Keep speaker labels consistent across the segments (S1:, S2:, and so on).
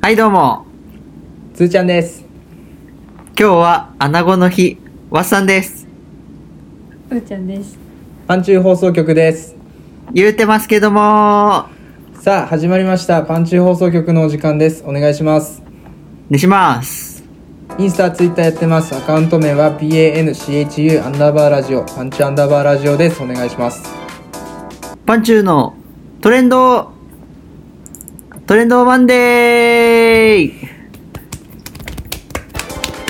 S1: はいどうも
S2: つーちゃんです。
S1: 今日は穴子の日わっさんです
S3: うーちゃんです。
S2: パンチュー放送局です。
S1: 言うてますけども
S2: さあ、始まりました。パンチュー放送局のお時間です。お願いします。
S1: にします
S2: インスタ、ツイッターやってます。アカウント名は PANCHU アンダーバーラジオ、パンチューアンダーバーラジオです。お願いします。
S1: パンチューのトレンドトレンドマンデー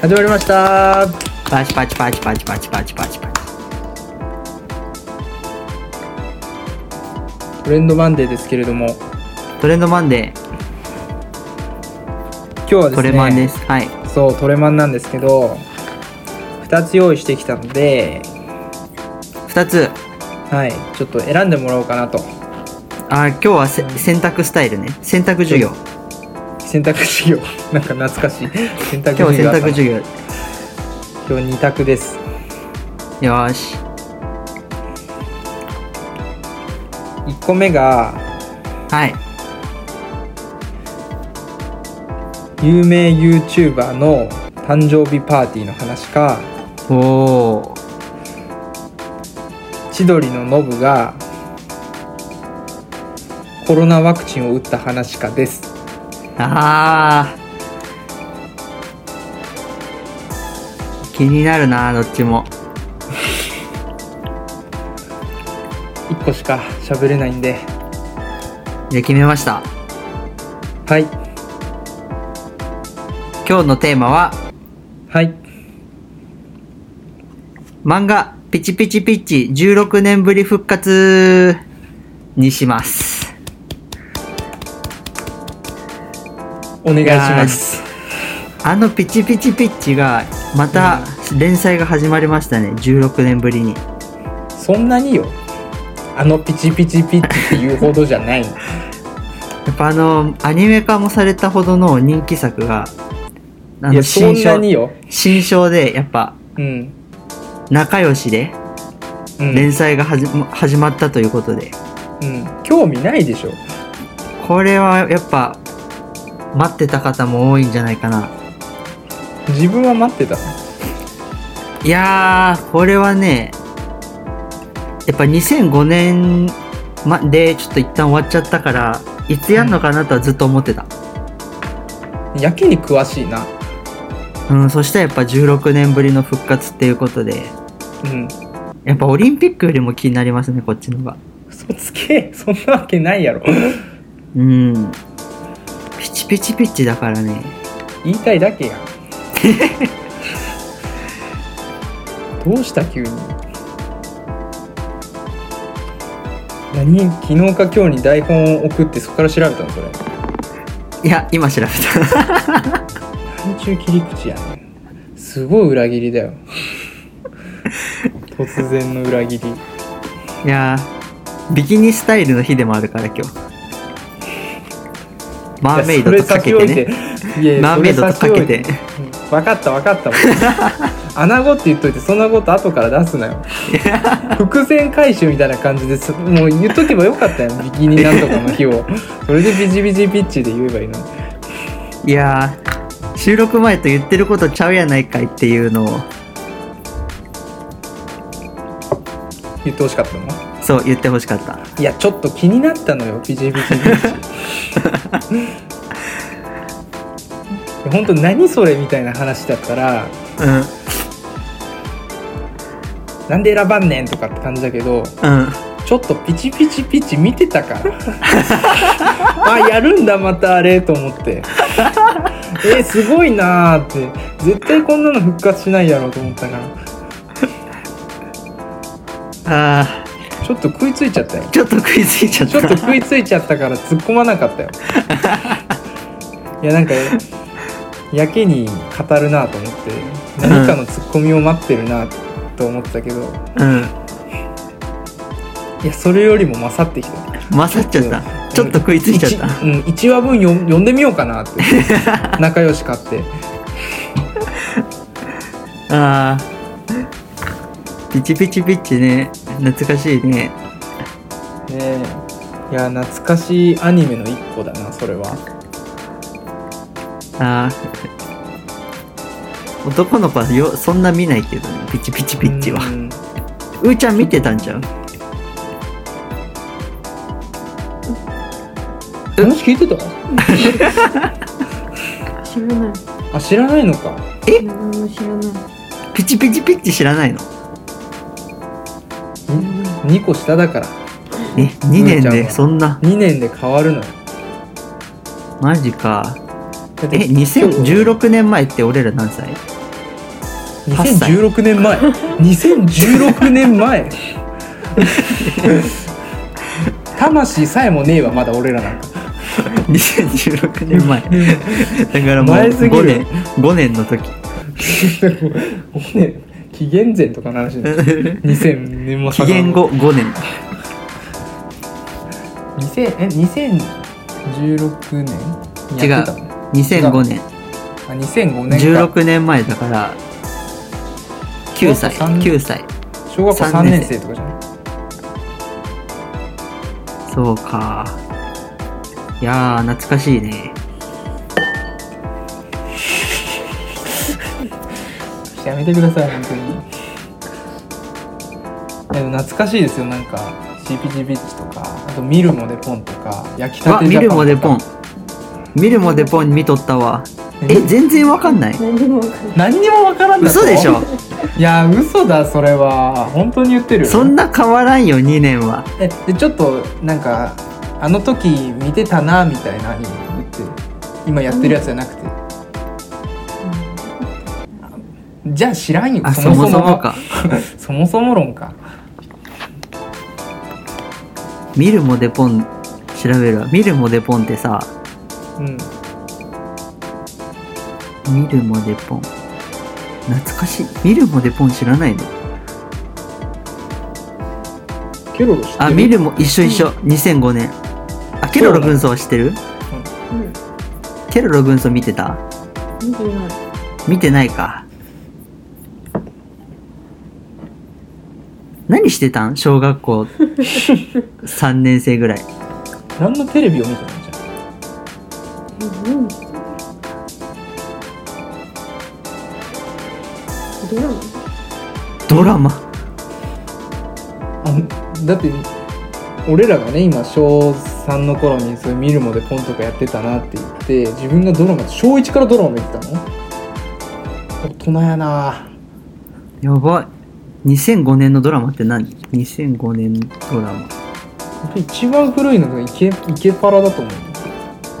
S2: 始まりました。
S1: パチパチパチパチパチパチパチパチ
S2: トレンドマンデーですけれども、
S1: トレンドマンデ
S2: 今日は
S1: ー
S2: です
S1: ト
S2: ね、
S1: レマンですはい
S2: そう、トレマンなんですけど、2つ用意してきたので、
S1: 2つ
S2: はい、ちょっと選んでもらおうかなと。
S1: あ今日はせ選択スタイルね選択授業
S2: 選択授業。なんか懐かしい。選択
S1: 今日は
S2: 授業
S1: 選
S2: があったな。
S1: 択授業よ
S2: 今日2択です。
S1: ーし
S2: 1個目が、
S1: はい
S2: 有名 YouTuber の誕生日パーティーの話か
S1: おおー
S2: 千鳥のノブがコロナワクチンを打った話かです
S1: あー気になるなどっちも
S2: 1個しか喋れないんで
S1: じゃあ決めました
S2: はい
S1: 今日のテーマは
S2: はい
S1: 漫画「ピチピチピッチ16年ぶり復活」にします
S2: お願いします
S1: あのピチピチピッチがまた連載が始まりましたね16年ぶりに
S2: そんなによあのピチピチピッチっていうほどじゃ ない
S1: やっぱあのアニメ化もされたほどの人気作があ
S2: い
S1: の
S2: やそ
S1: 新
S2: んな
S1: 章
S2: によ
S1: 新章でやっぱ
S2: うん、
S1: 仲良しで
S2: うん
S1: 連載が始ま始まったということで
S2: うん、興味ないでしょ
S1: これはやっぱ待ってた方も多いんじゃないかな
S2: 自分は待ってたの
S1: いやーこれはねやっぱ2005年までちょっと一旦終わっちゃったからいつやんのかなとはずっと思ってた、
S2: やけに詳しいな
S1: うんそしたらやっぱ16年ぶりの復活っていうことで
S2: うん
S1: やっぱオリンピックよりも気になりますねこっちの方が
S2: 嘘つけそんなわけないやろ
S1: うんピチピチピチだからね
S2: 言いたいだけやんどうした急に何昨日か今日に台本を送ってそこから調べたのそれ
S1: いや今調べた
S2: 単中切り口やねすごい裏切りだよ突然の裏切り
S1: いやービキニスタイルの日でもあるから今日マーメイドとかけてね
S2: いや
S1: マーメイドとかけて
S2: 分かった分かった 穴子って言っといてそんなこと後から出す なよ伏線回収みたいな感じですもう言っとけばよかったよビキニなんとかの日をそれでビジビジピッチで言えばいいのに
S1: いやー収録前と言ってることちゃうやないかいっていうのを
S2: 言ってほしかったの
S1: そう言ってほしかった
S2: いやちょっと気になったのよビジビジピッチ 本当何それみたいな話だったら
S1: うん
S2: なんで選ばんねんとかって感じだけど
S1: うん
S2: ちょっとピチピチピチ見てたから あやるんだまたあれと思って えすごいなーって絶対こんなの復活しないやろうと思ったから
S1: あ
S2: ちょっと食いついちゃったよ
S1: ーちょっと食いついちゃっ
S2: ちょ
S1: た
S2: っと食いついちゃったから突っ込まなかったよいやなんかやけに語るなと思って何かのツッコミを待ってるなと思ってたけど、
S1: うん
S2: いやそれよりも勝ってきた
S1: 勝っちゃったちょっと食いついちゃった
S2: 一うん、1話分よ読んでみようかな って仲良し買って
S1: あーピチピチピッチね懐かしいね
S2: ねえいや懐かしいアニメの一個だなそれは
S1: あー男の子はよそんな見ないけどねピチピチピッチは
S2: うん
S1: うーちゃん見てたんじゃん
S2: 話聞いてた
S3: 知らない。
S2: あ知らないのか
S3: え何も知らない。
S1: ピチピチピッチ知らないの
S2: 2個下だから
S1: え2年
S2: うーちゃん
S1: で
S2: は
S1: そんな
S2: 2年で変わるのよ
S1: マジか
S2: だっ
S1: え
S2: て
S1: 2016年前って俺ら何歳八歳
S2: 2016 年前2016年前魂さえもねえわまだ俺らなんか
S1: ?2016 年前だからもう
S2: 前すぎる
S1: 5年5年の 時
S2: ね紀元前とかの話だよ2000年も遡
S1: 紀
S2: る
S1: 元後5年
S2: 2000え2016年やってたの
S1: 2005年
S2: あ2005年か
S1: 16年前だから9歳
S2: 小学校三年
S1: 9歳
S2: 小学校3
S1: 三年
S2: 年
S1: 生
S2: 生とかじゃない
S1: そうかいやー懐かしいね
S2: やめてください本当にでも懐かしいですよなんか CPG ビッチとかあとミルモデポンとか焼きた
S1: わ
S2: て
S1: 見
S2: ジャ
S1: る
S2: パ
S1: もで
S2: ンと
S1: ポン
S2: か
S1: 見るもでポン見とったわえ全然わかんない
S3: 何にもわかんない。
S2: 何にもわからんだと
S1: 嘘でしょ
S2: いや嘘だそれは本当に言ってるよ
S1: そんな変わらんよ2年は
S2: えでちょっとなんかあの時見てたなみたいなアニメ言って今やってるやつじゃなくて、じゃあ知らんよ
S1: あそもそもか
S2: そもそも論か
S1: 見るもでポン調べるわ見るもでポンってさ
S2: うん
S1: 見るもでポン懐かしい見るもでポン知らないの
S2: ケロロ知って
S1: あ見るも一緒一緒2005年あケロロ軍曹は知ってる
S3: うん。
S1: ケロロ軍曹見てた
S3: 見てない。
S1: 見てないか何してたん小学 校3年生ぐらい
S2: 何のテレビを見てないじゃん
S3: え何してるドラマ
S1: ドラマ
S2: あだって俺らがね今小3の頃にそういう見るもでポンとかやってたなって言って自分がドラマ小1からドラマ見てたの大人やな
S1: やばい2005年のドラマって何2005年ドラマ
S2: 一番古いのがイケイケパラだと思う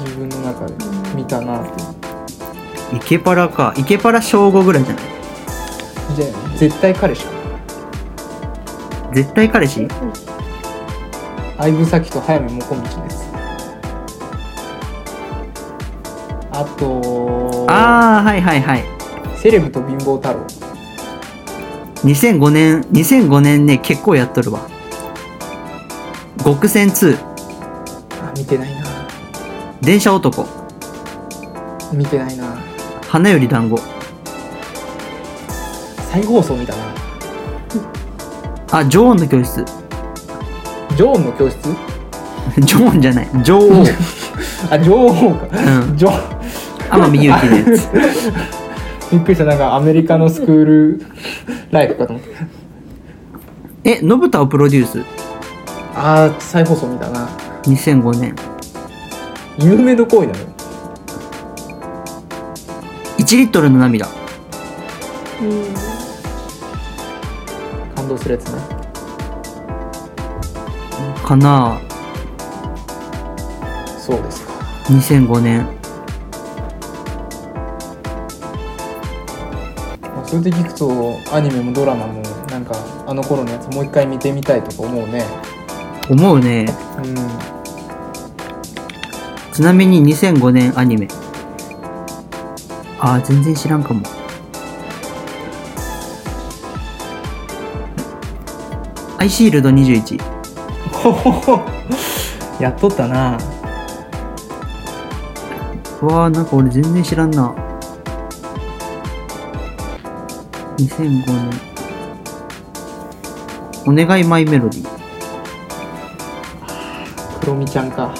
S2: 自分の中で見たなって
S1: イケパラかイケパラ小5ぐらいじゃない
S2: じゃあ絶対彼氏
S1: 絶対彼氏
S2: 相武咲と早見もこみちですあと
S1: ああはいはいはい
S2: セレブと貧乏太郎
S1: 2005年2005年ね結構やっとるわ極戦2
S2: あ見てないな
S1: 電車男
S2: 見てないな
S1: 花より団子
S2: 再放送見たな
S1: あ女王の教室
S2: 女王の教室
S1: 女王じゃない女王うん
S2: あ女王か女王
S1: 天海祐希の やつ
S2: びっくりしたなんかアメリカのスクールライフかと思って
S1: え信太をプロデュース
S2: ああ再放送見たな
S1: 2005年
S2: 有名ど行為だよ
S1: 1リットルの涙
S3: うん。
S2: 感動するやつね
S1: かな
S2: そうですか
S1: 2005年
S2: まあそれで聞くとアニメもドラマもなんかあの頃のやつもう一回見てみたいとか思うね
S1: 思うね
S2: うん
S1: ちなみに2005年アニメあー全然知らんかもアイシールド21
S2: ほほほやっとったな
S1: うわーなんか俺全然知らんな2005年お願いマイメロディ
S2: クロミちゃんか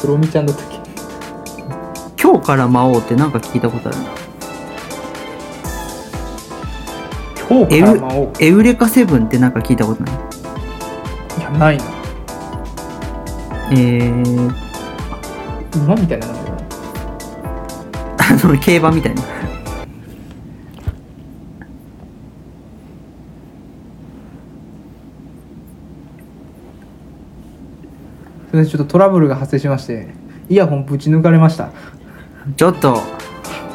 S2: クロミちゃんだったっけ
S1: 今日から魔王ってなんか聞いたことあるな。
S2: 今日から魔王
S1: エウレカセブンってなんか聞いたことない。
S2: いやないな
S1: えー、
S2: 馬みたいな名前だな
S1: あの、競馬みたいな。
S2: それでちょっとトラブルが発生しましてイヤホンぶち抜かれました
S1: ちょっと、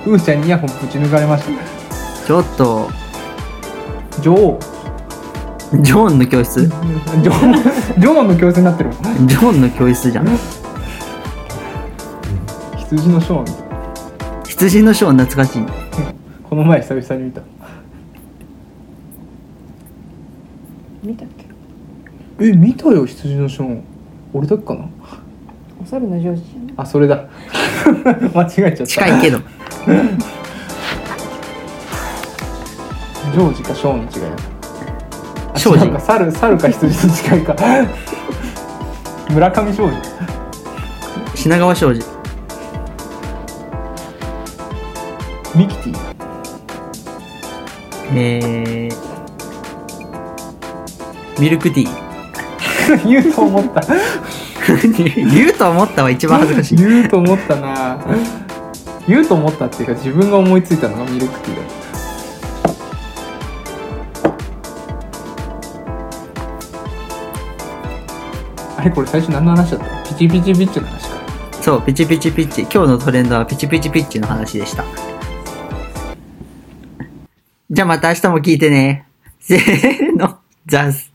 S2: うーちゃんにイヤホンぶち抜かれまし
S1: ちょっと、
S2: た女王
S1: ジョーンの教室
S2: 女王女王の教室になってるもん
S1: ジョーンの教室じゃん。
S2: 羊のショーみたいな
S1: 羊のショー懐かしい。
S2: この前久々に見た
S3: 見たっけ
S2: え見たよ羊のショー俺だっけかな
S3: お猿のジョージじゃない
S2: あそれだ 間違えちゃった
S1: 近いけど。
S2: ジョージかショーンの違いだあ
S1: ショージ
S2: 違うか猿猿か羊の違いか村上庄司
S1: 品川庄司。
S2: ミキティ
S1: えー、ミルクティー。
S2: 言うと思った
S1: 言うと思ったは一番恥ずかしい。
S2: 言うと思ったな言うと思ったっていうか自分が思いついたのがミルクティーだっあれこれ最初何の話だったピチピチピッチの話か
S1: そう、ピチピチピッチ。今日のトレンドはピチピチピッチの話でした。じゃあまた明日も聞いてね。せーの、ザス。